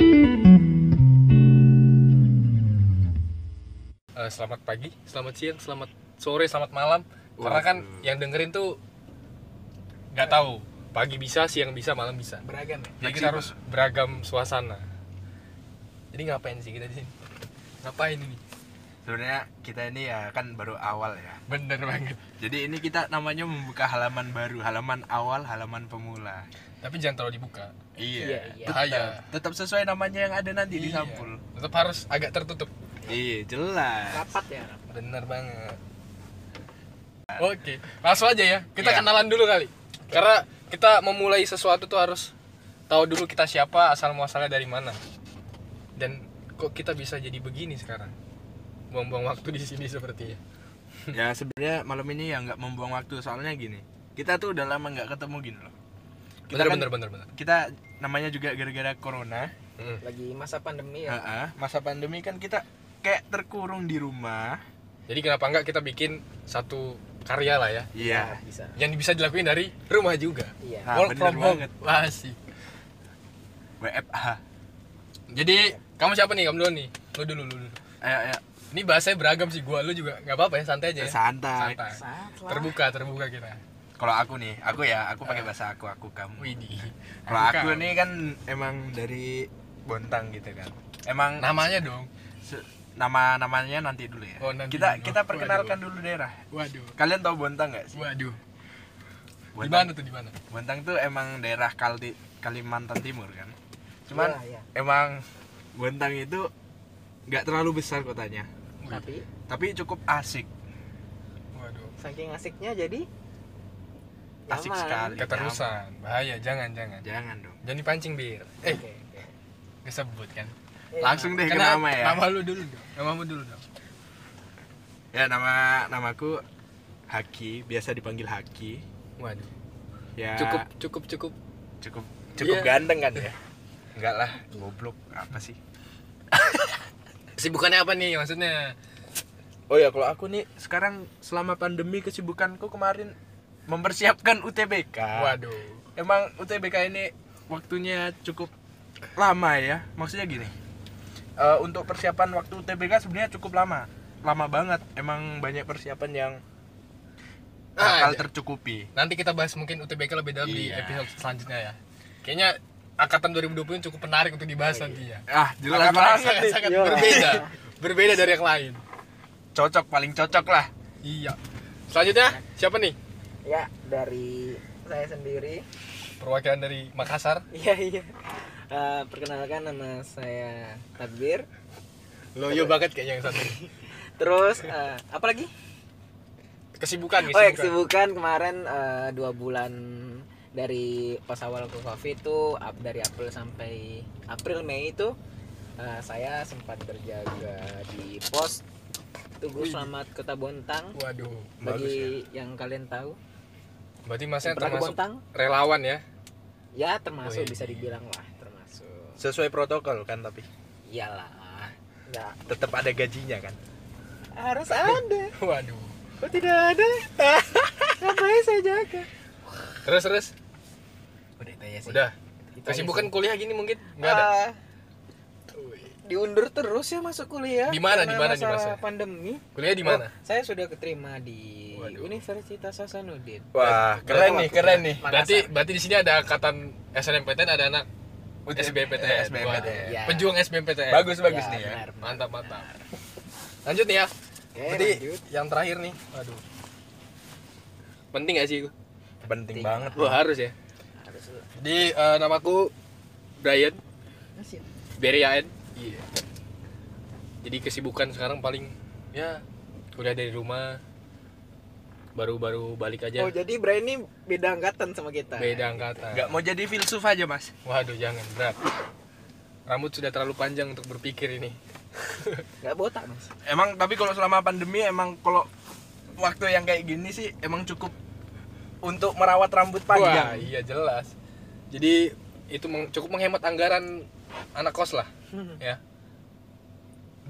pagi, Eh, selamat siang, selamat sore, selamat malam. Karena kan Waduh. yang dengerin tuh nggak tahu pagi bisa, siang bisa, malam bisa. beragam ya Jadi Fleksibel. kita harus beragam suasana. Jadi ngapain sih kita di sini? Ngapain ini? Sebenarnya kita ini ya kan baru awal ya. Bener banget. Jadi ini kita namanya membuka halaman baru, halaman awal, halaman pemula. Tapi jangan terlalu dibuka. Iya, Iya. iya. tetap- Bahaya. Tetap sesuai namanya yang ada nanti di Iya. sampul. Tetap harus agak tertutup. Iya, jelas. rapat ya rapat. Bener banget. Oke, langsung aja ya. Kita Iya. kenalan dulu kali. Karena kita memulai sesuatu tuh harus tahu dulu kita siapa, asal muasalnya dari mana. Dan kok kita bisa jadi begini sekarang? Buang-buang waktu di sini sepertinya. ya sebenarnya malam ini ya nggak membuang waktu soalnya gini. Kita tuh udah lama nggak ketemu gini loh. Kita Bener, bener, kan- bener, bener. Kita namanya juga gara-gara corona. Mm. lagi masa pandemi ya Heeh, masa pandemi kan kita kayak terkurung di rumah. Jadi kenapa enggak kita bikin satu karya lah ya iya. Nah, bisa yang bisa dilakuin dari rumah juga. iya Nah, Work bener from home. banget. Wah, sih. WFH. Jadi kamu siapa nih? Kamu dulu nih. Lu dulu, lu dulu. Ayo, ayo. Ini bahasanya beragam sih gua, lu juga nggak apa-apa ya, santai aja ya. Santai. Santai. saat lah Terbuka, terbuka kita. Kalau aku nih, aku ya, Eh. aku pakai bahasa aku, aku kamu. Widih. Kalau Bukan. aku nih kan emang dari Bontang gitu kan. Emang namanya dong. se- nama namanya nanti dulu ya. Oh, nanti kita dulu. kita perkenalkan dulu daerah. Waduh. Kalian tahu Bontang nggak sih? Waduh. Di mana Bontang, tuh di mana? Bontang tuh emang daerah Kalti, Kalimantan Timur kan. Cuman Iya, iya. emang Bontang itu nggak terlalu besar kotanya, tapi tapi cukup asik. Waduh. saking asiknya jadi Asik nyaman. sekali. Keterusan. Bahaya, jangan jangan. Jangan dong. Jangan dipancing bir. Eh, Oke, oke. kesebut kan. Iya. Langsung deh ke nama ya. Nama lu dulu dong. Namamu dulu dong. Ya nama namaku Haki, biasa dipanggil Haki. Waduh. Ya Cukup cukup cukup. cukup cukup Iya. ganteng kan ya? Enggak lah, goblok apa sih? Sibukannya apa nih maksudnya? Oh ya kalau aku nih sekarang selama pandemi kesibukanku kemarin mempersiapkan UTBK. Waduh. Emang UTBK ini waktunya cukup lama ya. Maksudnya gini. eh, untuk persiapan waktu UTBK sebenarnya cukup lama. Lama banget. Emang banyak persiapan yang Ah, bakal ada. tercukupi. Nanti kita bahas mungkin UTBK lebih dalam di Iya. episode selanjutnya ya. Kayaknya angkatan 2020 cukup menarik untuk dibahas nantinya. Ah, jelas Angkatan yang banget sangat, nih. Iya. sangat Yo. berbeda. berbeda dari yang lain. Cocok paling cocok lah. Iya. Selanjutnya siapa nih? ya dari saya sendiri Perwakilan dari Makassar. iya iya Eh, perkenalkan nama saya Tadbir Loyo Oh, iya banget kayaknya yang satu. ini. terus eh, apa lagi Kesibukan, oh ya kesibukan kemarin eh, dua bulan dari pas awal ke covid itu up dari April sampai April Mei itu eh, saya sempat berjaga di pos Tugu Wih. Selamat Kota Bontang Waduh. Bagus ya. bagi yang kalian tahu Berarti masnya yang pernah ke Eh, termasuk Oh, iya. Bontang relawan ya? ya termasuk Wih. bisa dibilang lah termasuk Sesuai protokol kan tapi iyalah nggak tetap ada gajinya kan. harus ada Waduh. kok tidak ada ngapain saya jaga Terus terus. udah itu aja sih Udah. Itu aja Kesibukan sih. kuliah gini mungkin nggak ada. Ah, diundur terus ya masuk kuliah Di mana, di karena mana, di masalah masanya? pandemi Kuliah di mana? Oh, saya sudah keterima di Waduh. Universitas Hasanuddin Wah, Ah, keren nih, keren nih. Berarti berarti di sini ada angkatan SNMPTN ada anak SBMPTN. SBMPTN. Wah, Pejuang SBMPTN. Bagus bagus Ya, nih ya. benar, benar. Mantap, mantap. Lanjut nih ya. Oke, Jadi lanjut. yang terakhir nih. Aduh. Penting gak sih? itu? Penting banget. Wah, harus ya. harus Jadi eh, namaku Brian Berian. Iya. Jadi kesibukan sekarang paling ya kuliah dari rumah. Baru-baru balik aja. oh jadi Brian ini beda angkatan sama kita Ya. Beda angkatan. Gak mau jadi filsuf aja mas. Waduh, jangan berat. Rambut sudah terlalu panjang untuk berpikir ini. nggak botak mas Emang tapi kalau selama pandemi emang kalau waktu yang kayak gini sih emang cukup untuk merawat rambut Wah, panjang. iya jelas. Jadi itu meng- cukup menghemat anggaran anak kos lah, Hmm. ya.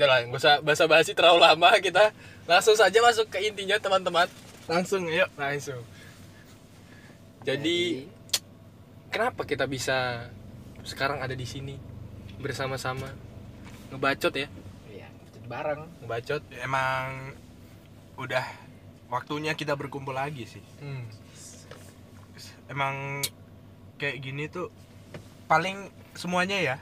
Udah lah, nggak usah basa-basi terlalu lama kita. Langsung saja masuk ke intinya teman-teman. Langsung yuk. Langsung. Jadi kenapa kita bisa sekarang ada di sini bersama-sama ngebacot ya? Jadi, iya, betul bareng ngebacot Emang udah waktunya kita berkumpul lagi sih. hmm. Emang kayak gini tuh paling semuanya ya.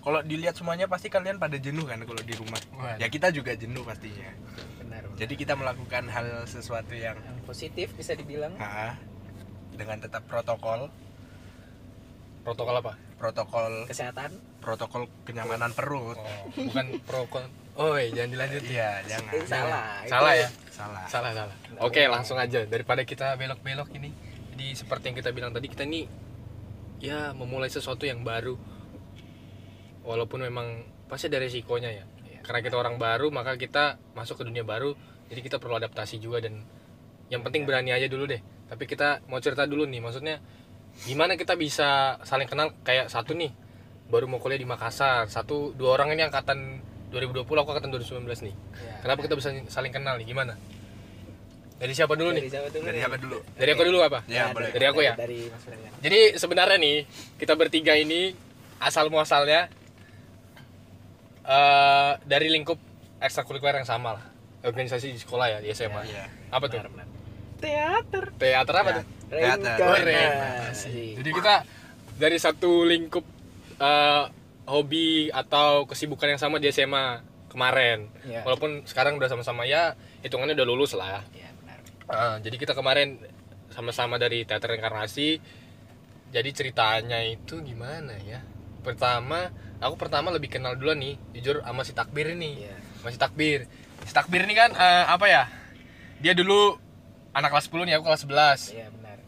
Kalau dilihat semuanya pasti kalian pada jenuh kan kalau di rumah. Waduh. Ya kita juga jenuh pastinya. benar benar. Jadi kita melakukan hal sesuatu yang yang positif bisa dibilang nah, dengan tetap protokol, protokol apa protokol kesehatan protokol kenyamanan perut. oh, bukan pro kon oh jangan dilanjut Iya, jangan. Eh, salah itu salah ya Salah. salah salah oke langsung aja daripada kita belok belok ini jadi seperti yang kita bilang tadi kita ini ya memulai sesuatu yang baru walaupun memang pasti ada resikonya ya karena kita orang baru maka kita masuk ke dunia baru jadi kita perlu adaptasi juga dan yang penting berani aja dulu deh tapi kita mau cerita dulu nih maksudnya gimana kita bisa saling kenal kayak satu nih baru mau kuliah di Makassar satu dua orang ini angkatan 2020 aku angkatan 2019 nih Iya. Kenapa kita bisa saling kenal nih? Gimana? Dari siapa dulu dari nih? siapa dulu Dari ya, nih? apa dulu? Dari aku dulu apa? Ya, boleh. Dari aku ya? dari mas Brian. Jadi sebenarnya nih kita bertiga ini asal muasalnya eh dari lingkup ekstrakurikuler yang sama lah. Organisasi di sekolah ya di SMA. Iya. Apa tuh? Benar, Iya, benar. teater Teater apa tuh? Teater. reinkarnasi Jadi kita dari satu lingkup eh, hobi atau kesibukan yang sama di SMA kemarin. Iya. Walaupun sekarang udah sama-sama ya hitungannya udah lulus lah. ya benar Ah, jadi kita kemarin sama-sama dari teater reinkarnasi. Jadi ceritanya itu gimana ya? Pertama, aku pertama lebih kenal dulu nih, jujur sama si Takbir ini. Iya. Masih Takbir. Si Takbir ini kan eh, apa ya? Dia dulu anak kelas 10 nih, aku kelas 11. iya benar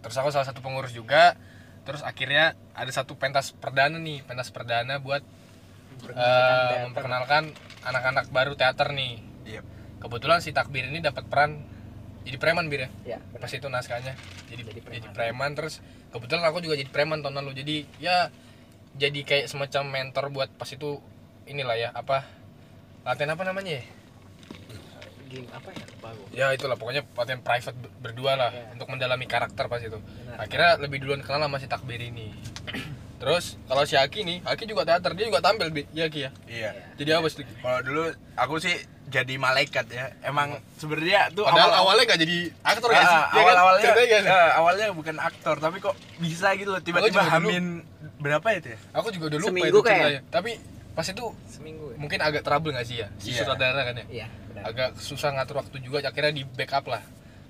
Terus aku salah satu pengurus juga. Terus akhirnya ada satu pentas perdana nih, pentas perdana buat eh, Perkenalkan memperkenalkan anak-anak baru teater nih. Iya. Kebetulan si Takbir ini dapat peran jadi preman bir ya teater. ya pas itu naskahnya jadi jadi Jadi preman. preman. terus kebetulan aku juga jadi preman tahun lalu jadi ya jadi kayak semacam mentor buat pas itu inilah ya apa latihan apa namanya ya game apa ya lupa gue ya itulah pokoknya latihan private ber- berdua lah Iya. untuk mendalami karakter pas itu Benar. akhirnya lebih duluan kenal sama si takbir ini terus kalau si Aki nih Aki juga teater dia juga tampil bi ya Aki ya Iya. jadi apa sih Kalau dulu aku sih jadi malaikat ya. Emang sebenarnya tuh padahal awal-awal- awalnya gak jadi aktor gak Ah, sih Iya kan? awal-awalnya Ceritanya gak sih? eh, awalnya bukan aktor tapi kok bisa gitu loh tiba-tiba Oh, juga dulu. hamin berapa itu ya? aku juga udah lupa Seminggu itu kayak. ceritanya tapi pas itu seminggu ya mungkin agak trouble gak sih ya si Iya. sutradara kan ya iya benar agak susah ngatur waktu juga akhirnya di backup lah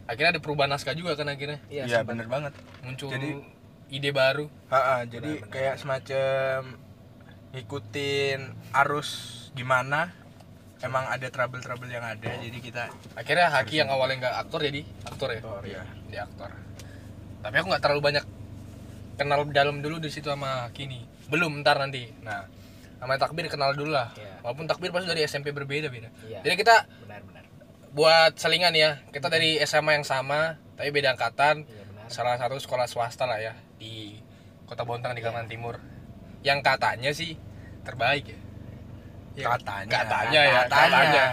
akhirnya ada perubahan naskah juga kan akhirnya Iya sempat. bener banget. muncul Jadi- ide baru Ha-ha, jadi kayak semacam ngikutin arus gimana emang ada trouble-trouble yang ada jadi kita akhirnya Haki yang awalnya nggak aktor jadi aktor ya Aktor, iya. jadi aktor tapi aku nggak terlalu banyak kenal dalam dulu di situ sama Haki nih belum ntar nanti nah sama takbir kenal dulu lah Iya. walaupun takbir pasti dari SMP berbeda beda Iya. jadi kita benar benar buat selingan ya kita dari SMA yang sama tapi beda angkatan iya benar salah satu sekolah swasta lah ya di Kota Bontang di Kalimantan Timur yang katanya sih terbaik ya Iya. katanya Katanya ya, katanya tanya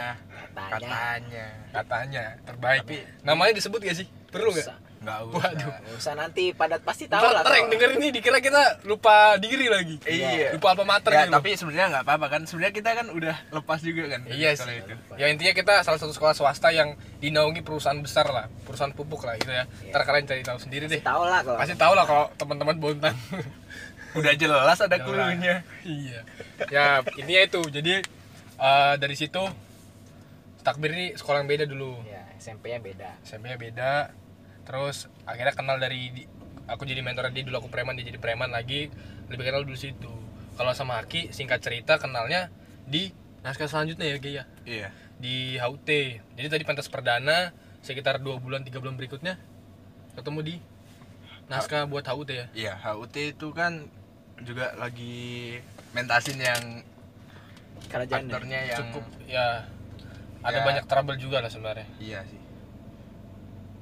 katanya katanya terbaik Tapi- namanya disebut gak sih perlu nggak Usah. nggak usah Waduh. Nggak usah nanti padat pasti tahu ntar lah ntar yang kok. denger ini dikira kita lupa diri lagi Iya. lupa apa mater Ya, gitu. tapi sebenarnya nggak apa-apa kan. Sebenarnya kita kan udah lepas juga kan. iya sih Kalau itu. ya intinya kita salah satu sekolah swasta yang dinaungi perusahaan besar lah perusahaan pupuk lah gitu ya Iya. ntar kalian cari tahu sendiri deh tahu lah kalau pasti tahu lah kalau teman-teman Bontang Udah jelas ada Jelas. clue-nya. iya ya intinya itu jadi eh, dari situ takbir ini sekolah yang beda dulu ya SMP-nya beda SMP nya beda terus akhirnya kenal dari di- aku jadi mentor dia dulu aku preman dia jadi preman lagi lebih kenal dulu situ kalau sama Haki singkat cerita kenalnya di naskah selanjutnya ya Gia Iya. di HUT jadi tadi pentas perdana sekitar dua bulan tiga bulan berikutnya ketemu di naskah buat HUT ya Iya, HUT itu kan juga lagi mentasin yang kerajaan ya? aktornya yang cukup ya ada Ya. banyak trouble juga lah sebenarnya Iya sih.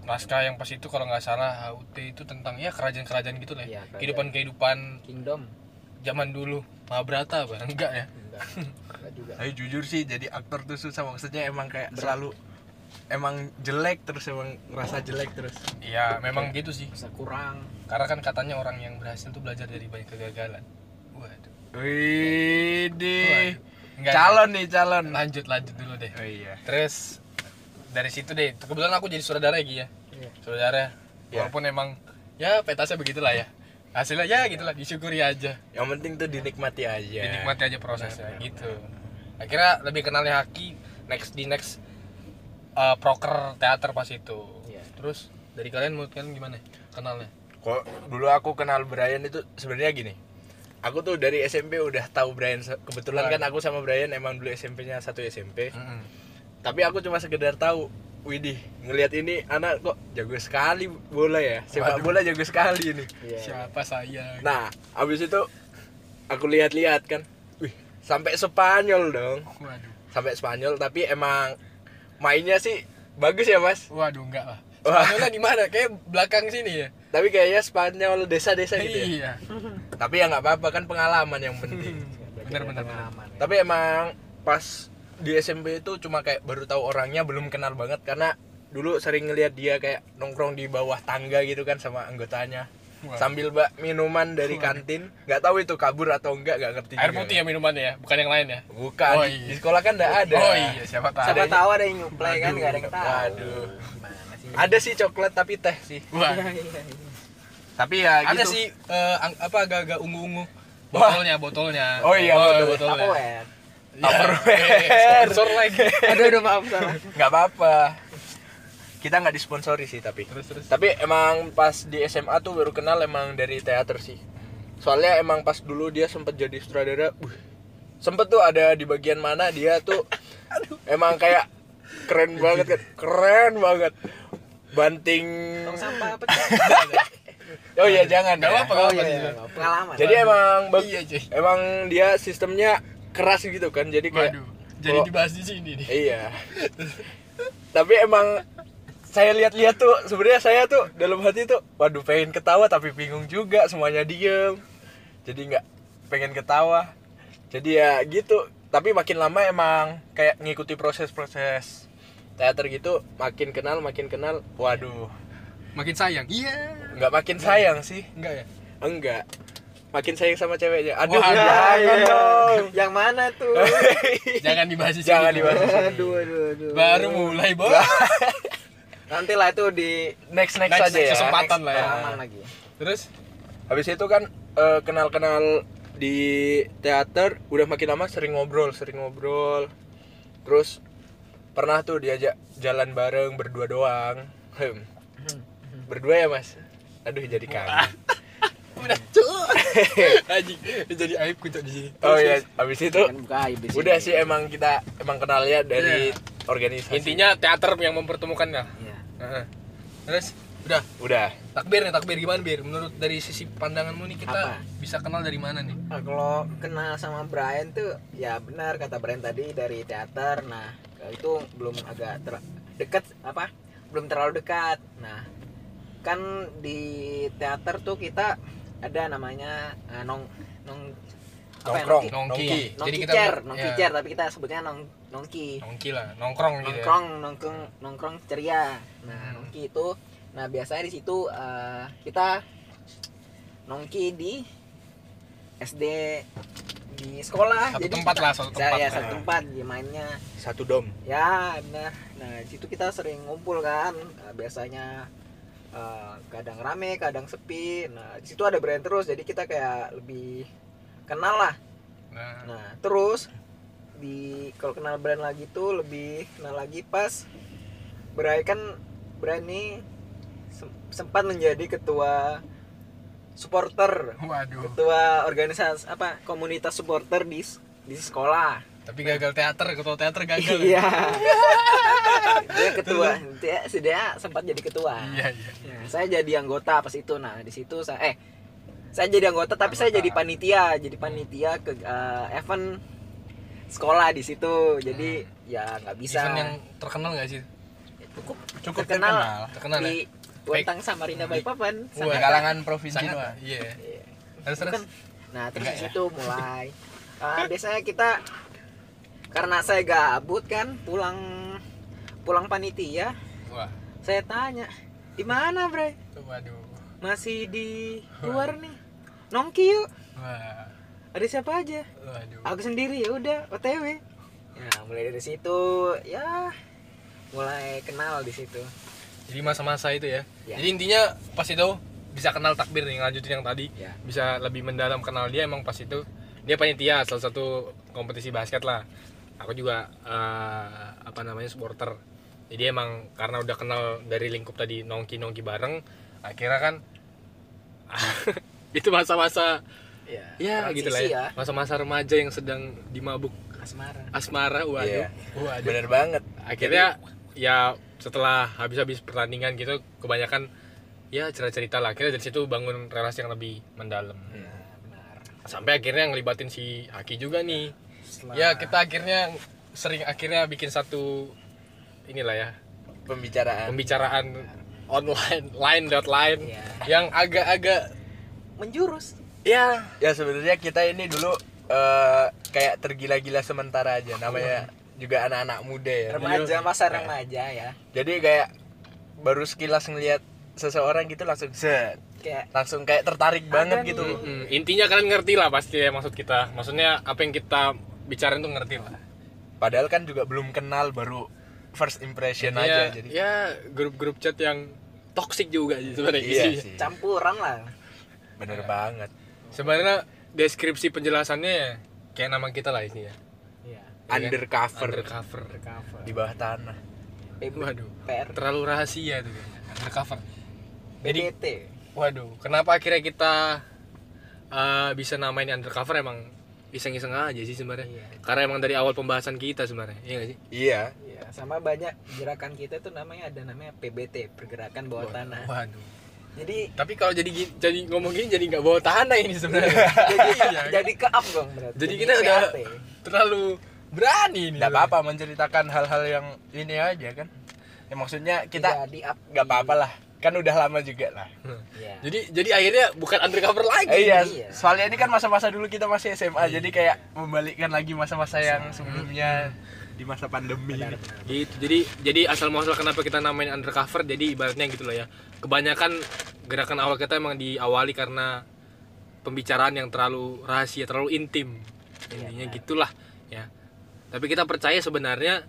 naskah yang pas itu kalau nggak salah HUT itu tentang ya kerajaan-kerajaan gitu lah Iya, ya, kerajaan. kehidupan-kehidupan kingdom zaman dulu Mahabharata apa enggak ya enggak enggak juga Tapi jujur sih jadi aktor tuh susah maksudnya emang kayak selalu emang jelek terus emang ngerasa jelek terus. iya memang gitu sih bisa kurang karena kan katanya orang yang berhasil tuh belajar dari banyak kegagalan waduh Widih. Waduh. Enggak. calon nih calon Lanjut lanjut dulu deh. oh iya Terus dari situ deh, kebetulan aku jadi saudara lagi ya. Iya. Saudara. Iya. Walaupun emang ya petasnya begitulah ya. Hasilnya ya gitulah disyukuri aja. yang penting tuh dinikmati aja Dinikmati aja prosesnya Ya. Benar, benar, gitu. Akhirnya lebih kenalnya Haki next di next eh, proker teater pas itu. Iya. Terus dari kalian menurut kalian gimana kenalnya? kok dulu aku kenal Brian itu sebenarnya gini aku tuh dari SMP udah tahu Brian kebetulan kan aku sama Brian emang dulu SMP-nya satu SMP Hmm. tapi aku cuma sekedar tahu Widih, ngelihat ini anak kok jago sekali bola ya. Sepak bola jago sekali ini. Iya. Siapa saya? Nah, abis itu aku lihat-lihat kan. Wih, sampai Spanyol dong. Waduh. Sampai Spanyol tapi emang mainnya sih bagus ya, Mas. Waduh enggak lah. Wah. Spanyolnya di mana? Kayak belakang sini ya. Tapi kayaknya Spanyol desa-desa gitu ya. Iya. Hmm. Tapi ya nggak apa-apa kan pengalaman yang penting. Bener, bener, pengalaman ya. tapi emang pas di SMP itu cuma kayak baru tahu orangnya belum kenal banget karena dulu sering ngelihat dia kayak nongkrong di bawah tangga gitu kan sama anggotanya Wah. sambil bak minuman dari kantin nggak tahu itu kabur atau enggak nggak ngerti Air juga. putih ya minumannya ya, bukan yang lain ya. bukan Oh, iya. di sekolah kan nggak ada Oh iya, siapa tahu. Siapa tahu ada yang nyuplai kan nggak ada yang tahu. Waduh. Gimana sih? ada sih coklat tapi teh sih Wah. Iya, iya, iya. tapi ya Ada gitu. sih eh, ang- apa agak-agak ungu-ungu. Botolnya, botolnya. Oh iya, betul. botolnya. Tupperware. Iya, iya, Sponsor lagi. Aduh, aduh maaf salah. nggak apa-apa kita nggak disponsori sih tapi terus terus. Tapi emang pas di SMA tuh baru kenal emang dari teater sih. Soalnya emang pas dulu dia sempet jadi sutradara. Wih, sempet tuh ada di bagian mana dia tuh emang kayak keren banget kan. Keren banget. Banting. Tong sampah pecah. Oh iya jangan. Gak ya. apa-apa, Oh gak iya, apa-apa. iya, sih. pengalaman. Jadi emang bag- Iya, cuy. emang dia sistemnya keras gitu kan. Jadi kayak Waduh. Jadi Oh. dibahas di sini nih. Iya. tapi emang saya lihat-lihat tuh sebenarnya saya tuh dalam hati tuh waduh pengen ketawa tapi bingung juga semuanya diem jadi nggak pengen ketawa jadi ya gitu tapi makin lama emang kayak ngikuti proses-proses teater gitu makin kenal makin kenal waduh Makin sayang. Iya. nggak makin sayang sih Enggak ya? enggak makin sayang sama ceweknya aduh Wah, jangan Iya. dong Yang mana tuh? Jangan dibahas di sini. Jangan dibahas di sini. aduh, aduh, aduh. Baru mulai, Bos. Nanti lah itu di next next, Next, aja next ya kesempatan Kan lah ya. pengalaman lagi. Terus Habis itu kan eh, kenal-kenal di teater udah makin lama sering ngobrol, sering ngobrol. Terus pernah tuh diajak jalan bareng berdua doang. Hmm. Berdua ya, Mas? Aduh jadi kangen. udah cuy. Anjing, jadi aib kucuk di sini. Oh ya, habis itu Kan buka aib di sini. udah sih emang kita emang kenalnya dari Iya. organisasi. Intinya teater yang mempertemukan ya. Iya. Heeh. Terus udah udah. takbir nih takbir gimana bir menurut dari sisi pandanganmu nih kita Apa? bisa kenal dari mana nih Nah, kalau kenal sama Brian tuh ya benar kata Brian tadi dari teater. Nah, itu belum agak ter- dekat apa? Belum terlalu dekat. Nah, kan di teater tuh kita ada namanya eh, nong nong apa ya, Nongkrong. nongki, Nongki. Iya, jadi nongki kita chair, ya, nongki chair, tapi kita sebutnya nong nongki. nongki lah nongkrong gitu ya. nongkrong nongkrong nongkrong ceria nah Hmm. nongki itu nah biasanya di situ eh, kita nongki di SD di sekolah Satu tempat lah, satu tempat. ya, satu Nah. tempat ya mainnya Satu dom. ya benar nah di situ kita sering ngumpul kan Nah, biasanya eh, kadang rame kadang sepi nah di situ ada brand terus jadi kita kayak lebih kenal lah nah Nah, terus di kalau kenal brand lagi tuh lebih kenal lagi pas Bray kan brand ini sem- sempat menjadi ketua supporter, waduh ketua organisasi apa komunitas supporter di s- di sekolah. tapi gagal teater ketua teater gagal ya? Iya. dia ketua, dia, dia sempat jadi ketua. iya iya Ya, saya jadi anggota pas itu. Nah, di situ saya eh saya jadi anggota tapi saya jadi panitia, jadi panitia ke eh, event sekolah di situ. Jadi ya nggak bisa. event yang terkenal gak sih cukup Cukup terkenal, terkenal ya di Wentang Samarinda Balikpapan. Wah, Di sangat- kalangan provinsi sangat doang. iya Iya. terus terus Bukan. Nah, terus di situ mulai Ah, biasanya kita karena saya gabut kan pulang pulang panitia, wah saya tanya, "Di mana, Bre?" waduh Masih di luar nih. Nongki yuk. wah ada siapa aja Waduh. aku sendiri ya udah OTW nah mulai dari situ ya mulai kenal di situ Jadi masa-masa itu ya. Ya. Jadi intinya pas itu bisa kenal takbir nih lanjutin yang tadi. Ya. Bisa lebih mendalam kenal dia emang pas itu. Dia panitia salah satu kompetisi basket lah. Aku juga eh, apa namanya supporter. Jadi emang karena udah kenal dari lingkup tadi nongki-nongki bareng, akhirnya kan itu masa-masa ya, ya transisi gitu lah ya. Masa-masa remaja yang sedang dimabuk asmara asmara waduh. Iya. Waduh bener banget akhirnya ya setelah habis-habis pertandingan gitu kebanyakan ya cerita-cerita lah akhirnya dari situ bangun relasi yang lebih mendalam Iya, Nah, benar sampai akhirnya ngelibatin si Haki juga nih Iya, Setelah- ya kita akhirnya sering akhirnya bikin satu inilah ya pembicaraan pembicaraan online line dot line Iya. yang agak-agak menjurus ya ya sebenarnya kita ini dulu eh, kayak tergila-gila sementara aja namanya juga anak-anak muda ya remaja masa remaja ya jadi kayak baru sekilas ngelihat seseorang gitu langsung set kayak langsung kayak tertarik banget nih. gitu mm, intinya kalian ngerti lah pasti ya maksud kita maksudnya apa yang kita bicarain tuh ngerti lah padahal kan juga belum kenal baru first impression ya, aja jadi ya grup-grup chat yang toksik juga sih sebenarnya iya isinya. sih campuran lah bener banget Sebenarnya deskripsi penjelasannya ya, kayak nama kita lah ini ya. ya undercover, Undercover. undercover di bawah tanah PB, Waduh. PR Terlalu rahasia tuh kayaknya. Undercover. Jadi BDT waduh, kenapa akhirnya kita eh, bisa namain undercover emang iseng-iseng aja sih sebenarnya. Iya. Karena emang dari awal pembahasan kita sebenarnya. Iya nggak sih? iya ya sama banyak gerakan kita tuh namanya ada namanya PBT pergerakan bawah tanah Waduh. jadi Tapi kalau jadi gi- jadi ngomong gini jadi nggak bawa tanah ini sebenarnya. jadi, iya. jadi ke up dong berarti Ya, jadi kita udah PAT. terlalu berani nih. nggak apa-apa menceritakan hal-hal yang ini aja kan ya maksudnya kita Udah di up nggak apa-apa lah kan udah lama juga lah ya. Jadi jadi akhirnya bukan undercover lagi. Eh, iya, Iya. soalnya ini kan masa-masa dulu kita masih SMA, jadi kayak membalikkan lagi masa-masa yang sebelumnya di masa pandemi. benar benar gitu jadi jadi asal muasal kenapa kita namain undercover jadi ibaratnya gitu loh ya kebanyakan gerakan awal kita emang diawali karena pembicaraan yang terlalu rahasia terlalu intim Iya, intinya gitulah ya tapi kita percaya sebenarnya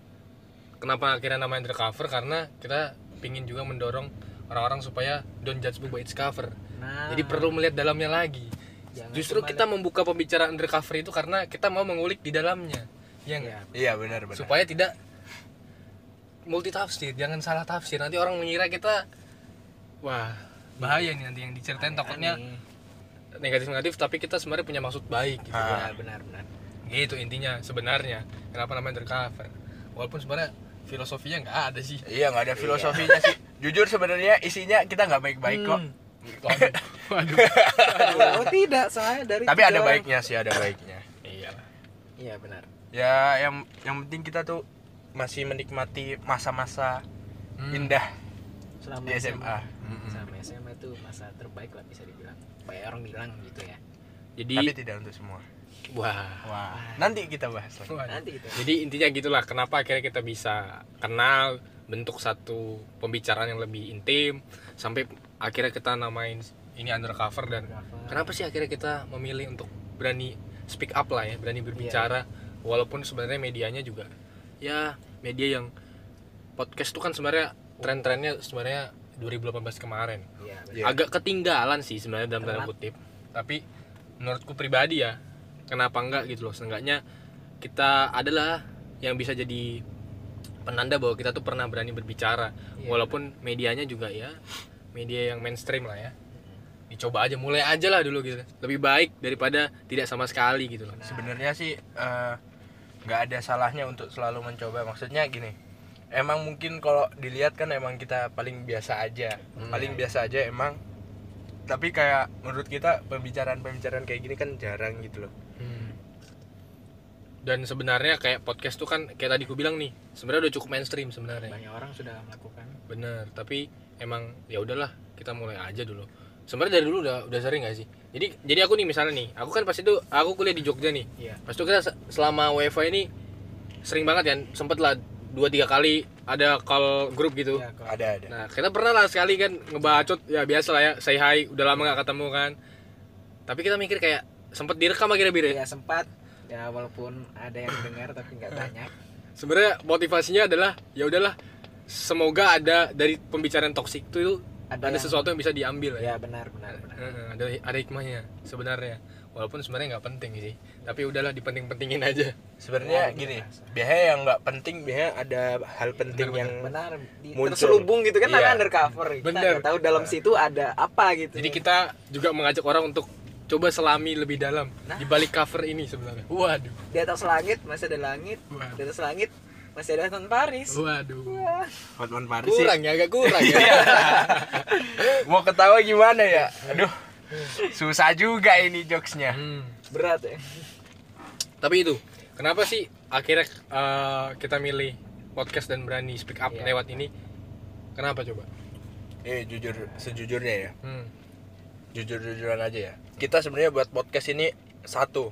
kenapa akhirnya namanya undercover karena kita pingin juga mendorong orang-orang supaya don't judge book by its cover nah jadi perlu melihat dalamnya lagi Jangan justru cuma kita membuka pembicaraan undercover itu karena kita mau mengulik di dalamnya ya nggak? ya, Iya benar benar. supaya tidak multi tafsir jangan salah tafsir nanti orang mengira kita wah bahaya nih nanti yang diceritain takutnya aneh. negatif negatif tapi kita sebenarnya punya maksud baik gitu ya benar benar gitu intinya sebenarnya kenapa namanya undercover walaupun sebenarnya filosofinya nggak ada sih Iya nggak ada filosofinya sih. Jujur sebenarnya isinya kita nggak baik-baik kok. Hmm. waduh, waduh. oh tidak soalnya dari Tapi tiga ada orang- baiknya sih, ada baiknya. iyalah iya benar Ya yang yang penting kita tuh masih menikmati masa-masa Hmm. indah selama di SMA. Mm-mm. sama SMA itu masa terbaik lah bisa dibilang banyak orang bilang gitu ya jadi Tapi tidak untuk semua. wah Wah, nanti kita bahas lagi. Waduh. nanti gitu Jadi intinya gitulah kenapa akhirnya kita bisa kenal bentuk satu pembicaraan yang lebih intim sampai akhirnya kita namain ini undercover dan kenapa sih akhirnya kita memilih untuk berani speak up lah ya, berani berbicara walaupun sebenarnya medianya juga ya media yang podcast itu kan sebenarnya tren-trennya sebenarnya 2018 kemarin. iya benar. Iya. Agak ketinggalan sih sebenarnya dalam tanda Kenapa? kutip. Tapi menurutku pribadi ya, kenapa enggak gitu loh. Seenggaknya kita adalah yang bisa jadi penanda bahwa kita tuh pernah berani berbicara. Iya. Walaupun medianya juga ya media yang mainstream lah ya. Dicoba aja, mulai aja lah dulu gitu. Lebih baik daripada tidak sama sekali gitu loh. sebenarnya sih eh, nggak ada salahnya untuk selalu mencoba maksudnya gini emang mungkin kalau dilihat kan emang kita paling biasa aja Hmm. paling biasa aja emang tapi kayak menurut kita pembicaraan-pembicaraan kayak gini kan jarang gitu loh Hmm. Dan sebenarnya kayak podcast tuh kan kayak tadi ku bilang nih, sebenarnya udah cukup mainstream sebenarnya. banyak orang sudah melakukan Bener, tapi emang ya udahlah kita mulai aja dulu. Sebenarnya dari dulu udah udah sering gak sih? Jadi jadi aku nih misalnya nih, aku kan pas itu aku kuliah di Jogja nih. iya Pas itu kita se- selama WFA ini sering banget kan, sempet lah dua tiga kali ada call grup gitu. Iya, kalau- ada ada Nah kita pernah lah sekali kan ngebacot ya biasa lah ya, say hi, udah lama gak ketemu kan. Tapi kita mikir kayak sempet direkam akhirnya bir ya? ya sempat ya walaupun ada yang dengar tapi nggak banyak Sebenarnya motivasinya adalah ya udahlah semoga ada dari pembicaraan toksik itu ada, Ada yang- sesuatu yang bisa diambil ya. ya benar benar benar Heeh, ada ada hikmahnya sebenarnya. Walaupun sebenarnya nggak penting sih, tapi udahlah dipenting-pentingin aja. Sebenarnya oh, gini, biasanya yang nggak penting biasanya ada hal penting yang benar di, Muncul. terselubung gitu kan Iya. namanya undercover kita Benar. nggak tahu dalam situ ada apa gitu Jadi kita juga mengajak orang untuk coba selami lebih dalam di balik cover ini sebenarnya. Waduh, di atas langit masih ada langit Wah. di atas langit masih ada Anton Paris waduh. Hotman Paris sih. Kurang ya, agak kurang ya. Mau ketawa gimana ya? Aduh. Susah juga ini jokesnya. Hmm. berat ya Tapi itu, kenapa sih akhirnya eh, kita milih podcast dan berani speak up Iya. lewat ini? Kenapa coba? Eh jujur sejujurnya ya. Hmm. Jujur-jujuran aja ya. Kita sebenarnya buat podcast ini satu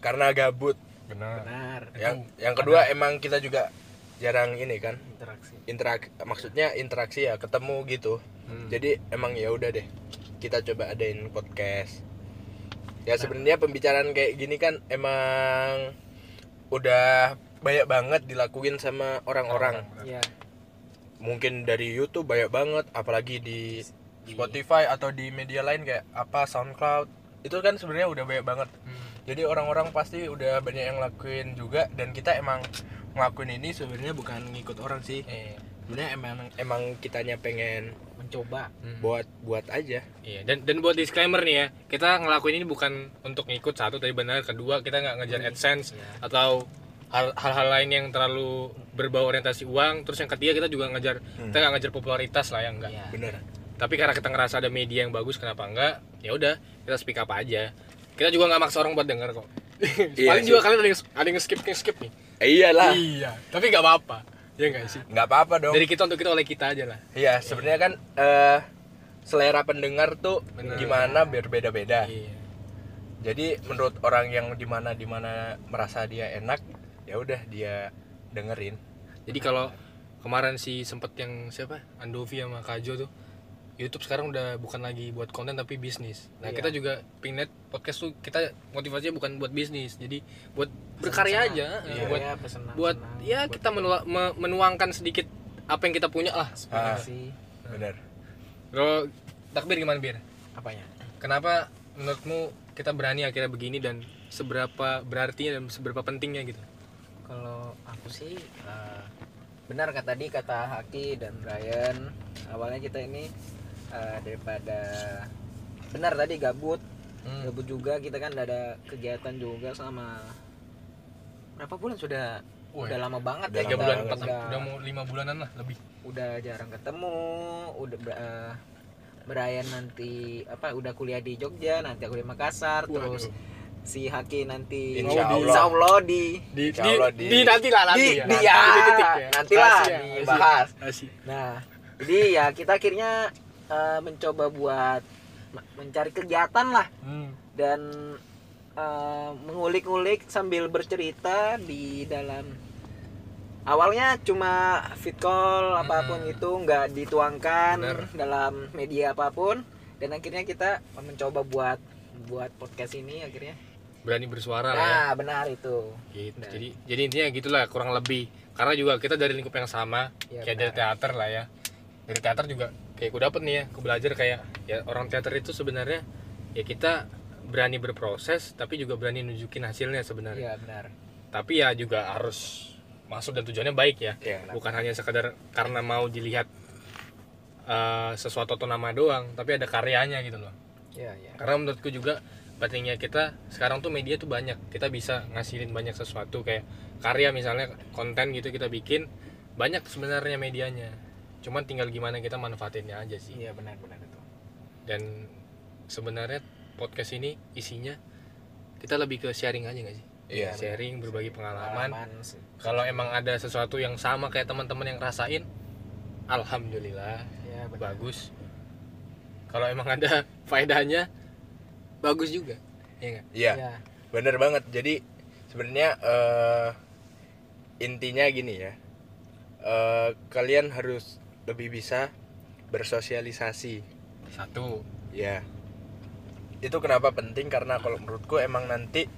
karena gabut. Benar. benar Yang yang kedua emang kita juga jarang ini kan interaksi interak maksudnya interaksi ya ketemu gitu. Hmm. Jadi emang ya udah deh. Kita coba adain podcast. Ya sebenarnya pembicaraan kayak gini kan emang udah banyak banget dilakuin sama orang-orang. Iya, ya Mungkin dari YouTube banyak banget, apalagi di Spotify atau di media lain kayak apa SoundCloud. Itu kan sebenarnya udah banyak banget. Hmm. Jadi orang-orang pasti udah banyak yang lakuin juga dan kita emang ngelakuin ini sebenarnya bukan ngikut orang sih. Iya. Sebenarnya emang emang kitanya pengen mencoba Hmm. buat buat aja. Iya, dan dan buat disclaimer nih ya, kita ngelakuin ini bukan untuk ngikut satu tadi benar, kedua kita nggak ngejar AdSense Iya. atau hal- hal-hal lain yang terlalu berbau orientasi uang. Terus yang ketiga kita juga ngejar kita nggak ngejar popularitas lah ya enggak. ya Bener. Tapi karena kita ngerasa ada media yang bagus kenapa enggak? Ya udah, kita speak up aja. Kita juga nggak maksa orang buat denger kok. Iya Paling sih. juga kalian ada yang ada yang skip skip nih. Iyalah. Iya, tapi nggak apa-apa. Ya enggak sih? Nggak apa-apa dong. Dari kita untuk kita oleh kita aja lah. Iya, sebenarnya kan eh selera pendengar tuh Bener. gimana berbeda-beda. Iya. Jadi menurut orang yang dimana dimana merasa dia enak, ya udah dia dengerin. Jadi kalau kemarin si sempet yang siapa Andovi sama Kajo tuh YouTube sekarang udah bukan lagi buat konten tapi bisnis. Nah Iya. kita juga Pingnet podcast tuh kita motivasinya bukan buat bisnis, jadi buat berkarya aja, eh, Iya, buat ya, pesenang, buat senang. ya kita menua- me- menuangkan sedikit apa yang kita punya lah. aspirasi Bener. Kalau takbir gimana bir? ya? apanya Kenapa menurutmu kita berani akhirnya begini dan seberapa berarti dan seberapa pentingnya gitu? kalau aku sih eh, benar kata tadi kata Haki dan Brian awalnya kita ini eh, daripada benar tadi gabut Hmm. gabut juga kita kan nggak ada kegiatan juga sama berapa bulan sudah Wah, udah lama banget udah ya Tiga Lama kita bulan banget. empat udah, udah mau lima bulanan lah lebih. udah jarang ketemu udah eh, Brian nanti apa udah kuliah di Jogja nanti aku di Makassar terus si Haki nanti Insya Allah. Insya Allah di di, Insya di, Allah di, di- nanti lah nanti di, ya. di- ya, titik ya. nantilah Rahasia, dibahas. rahasia. Nah, jadi ya kita akhirnya eh, mencoba buat me- mencari kegiatan lah Hmm. dan eh, mengulik-ulik sambil bercerita di dalam awalnya cuma fit call apapun Mm-mm. itu nggak dituangkan Bener. dalam media apapun dan akhirnya kita mencoba buat buat podcast ini akhirnya berani bersuara lah ya. nah benar itu Gitu. Nah. Jadi jadi intinya gitulah kurang lebih. Karena juga kita dari lingkup yang sama, Ya, kayak dari teater lah ya. Dari teater juga kayak gue dapet nih ya, gue belajar kayak ya orang teater itu sebenarnya ya kita berani berproses tapi juga berani nunjukin hasilnya sebenarnya. iya benar Tapi ya juga harus masuk dan tujuannya baik ya. Iya. bukan hanya sekedar karena mau dilihat eh, sesuatu atau nama doang tapi ada karyanya gitu loh iya iya karena menurutku juga pentingnya kita sekarang tuh media tuh banyak kita bisa ngasilin banyak sesuatu kayak karya misalnya konten gitu kita bikin banyak sebenarnya medianya cuman tinggal gimana kita manfaatinnya aja sih iya benar benar itu dan sebenarnya podcast ini isinya kita lebih ke sharing aja gak sih Iya. sharing berbagi pengalaman pengalaman sih. kalau emang ada sesuatu yang sama kayak teman-teman yang rasain alhamdulillah iya benar bagus kalau emang ada faedahnya bagus juga ya nggak Iya. Iya. Bener banget. Jadi sebenarnya eh, intinya gini ya. Eh, kalian harus lebih bisa bersosialisasi. satu Ya. Iya. itu kenapa penting karena kalau menurutku emang nanti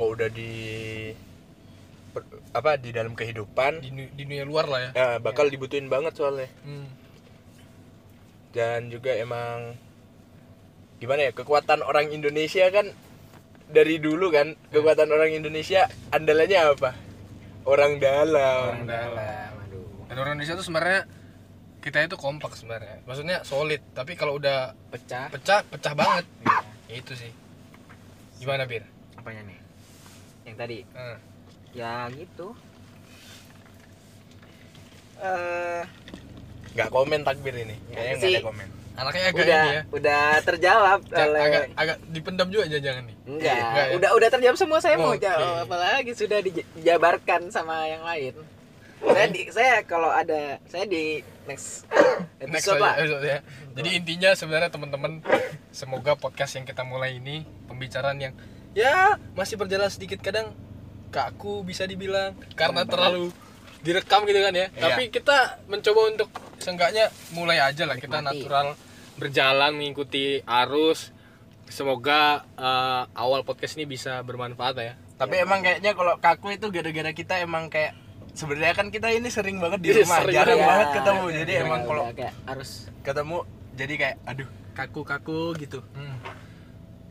kalau udah di per- apa di dalam kehidupan di, nu- di dunia luar lah ya nah, bakal dibutuhin banget soalnya Hmm. dan juga emang gimana ya kekuatan orang Indonesia kan dari dulu kan kekuatan orang Indonesia andalannya apa orang dalam Orang dalam aduh dan orang Indonesia tuh sebenarnya kita itu kompak sebenarnya maksudnya solid tapi kalau udah pecah pecah pecah banget Iya. Ya, itu sih gimana bir apanya nih yang tadi Eh, ya gitu eh nggak komen takbir ini Ya, kayaknya sih. nggak ada komen anaknya agak udah ini ya udah terjawab Ja- oleh agak agak dipendam juga jangan nih Enggak, Enggak ya? udah udah terjawab semua saya mau Oke. jawab apalagi sudah dijabarkan sama yang lain. Saya di, saya kalau ada saya di next Next aja, episode lah. episode ya. Jadi intinya sebenarnya teman-teman semoga podcast yang kita mulai ini pembicaraan yang ya masih berjalan sedikit kadang kaku bisa dibilang karena terlalu direkam gitu kan ya. Iya. Tapi kita mencoba untuk seenggaknya mulai aja lah kita Nikmati. natural berjalan mengikuti arus. Semoga eh, awal podcast ini bisa bermanfaat lah ya. tapi emang kayaknya kalau kaku itu gara-gara kita emang kayak sebenarnya kan kita ini sering banget di Iya, rumah sering jarang Iya. banget ketemu jadi Iya, emang kalau kayak harus ketemu jadi kayak aduh kaku-kaku gitu Hmm.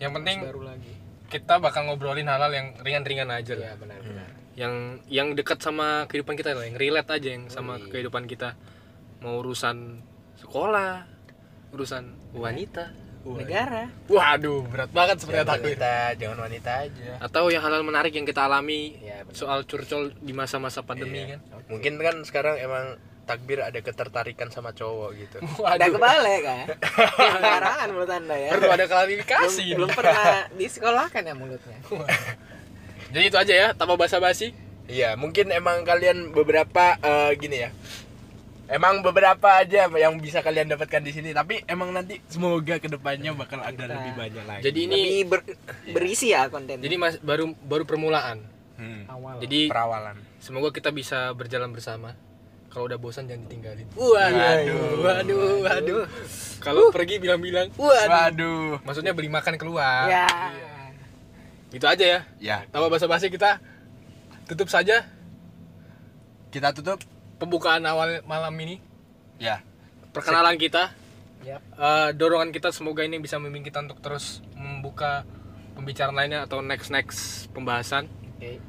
Yang penting baru lagi. kita bakal ngobrolin halal yang ringan-ringan aja lah. Iya benar benar. yang yang dekat sama kehidupan kita lah, yang relate aja yang sama Yoi. kehidupan kita mau urusan sekolah urusan wanita Negara. waduh berat banget sebenarnya jangan takut wanita jangan wanita aja atau yang hal-hal menarik yang kita alami Iya benar. soal curcol di masa-masa pandemi Iya. kan mungkin kan sekarang emang takbir ada ketertarikan sama cowok gitu Ada waduh kebalik kan? Sembarangan menurut Anda ya. perlu ada Belum, klarifikasi belum pernah disekolahkan ya mulutnya. jadi itu aja ya tanpa basa-basi iya mungkin emang kalian beberapa eh, gini ya emang beberapa aja yang bisa kalian dapatkan di sini tapi emang nanti semoga kedepannya bakal ada Kita- lebih banyak lagi jadi ini Lebih ber- berisi ya kontennya. jadi mas, baru baru permulaan Hmm, awal. jadi perawalan semoga kita bisa berjalan bersama kalau udah bosan jangan ditinggalin Waduh. waduh waduh waduh kalau pergi bilang-bilang waduh waduh maksudnya beli makan keluar ya. gitu aja ya ya tanpa basa-basi kita tutup saja kita tutup pembukaan awal malam ini ya perkenalan kita Yap. Eh, dorongan kita semoga ini bisa membimbing kita untuk terus membuka pembicaraan lainnya atau next next pembahasan Oke.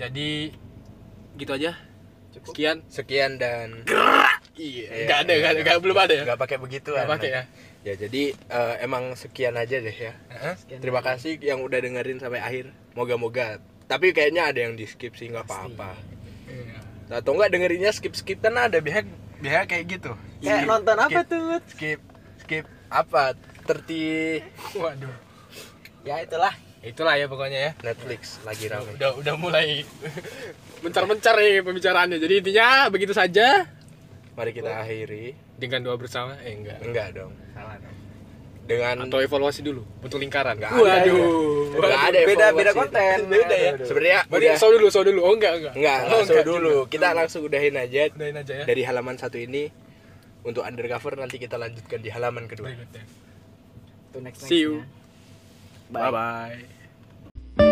jadi gitu aja Cukup. sekian sekian dan iya Iya, nggak ada iya, nggak ada nggak- nggak- belum ada ya nggak pakai begitu nggak pakai ya ya jadi eh, emang sekian aja deh ya Sekian terima kasih yang udah dengerin sampai akhir moga-moga tapi kayaknya ada yang di skip sih nggak apa-apa atau nggak dengerinnya skip skip kan ada biar biar kayak gitu Kayak Skip, nonton apa skip, tuh? skip skip apa terti waduh Ya itulah. itulah ya pokoknya ya Netflix lagi rame udah udah mulai mencar-mencar nih pembicaraannya jadi intinya begitu saja mari kita akhiri dengan doa bersama eh enggak enggak dong Salah dong. dengan atau evaluasi dulu bentuk lingkaran Nggak ada. waduh Nggak ada Beda- evaluasi. beda konten. beda ya Aduh. sebenarnya Berarti udah show dulu show dulu oh enggak enggak enggak oh, langsung dulu kita langsung udahin aja juga. udahin aja ya dari halaman satu ini untuk undercover nanti kita lanjutkan di halaman kedua berikutnya Tuh next See you. next-nya. bye bye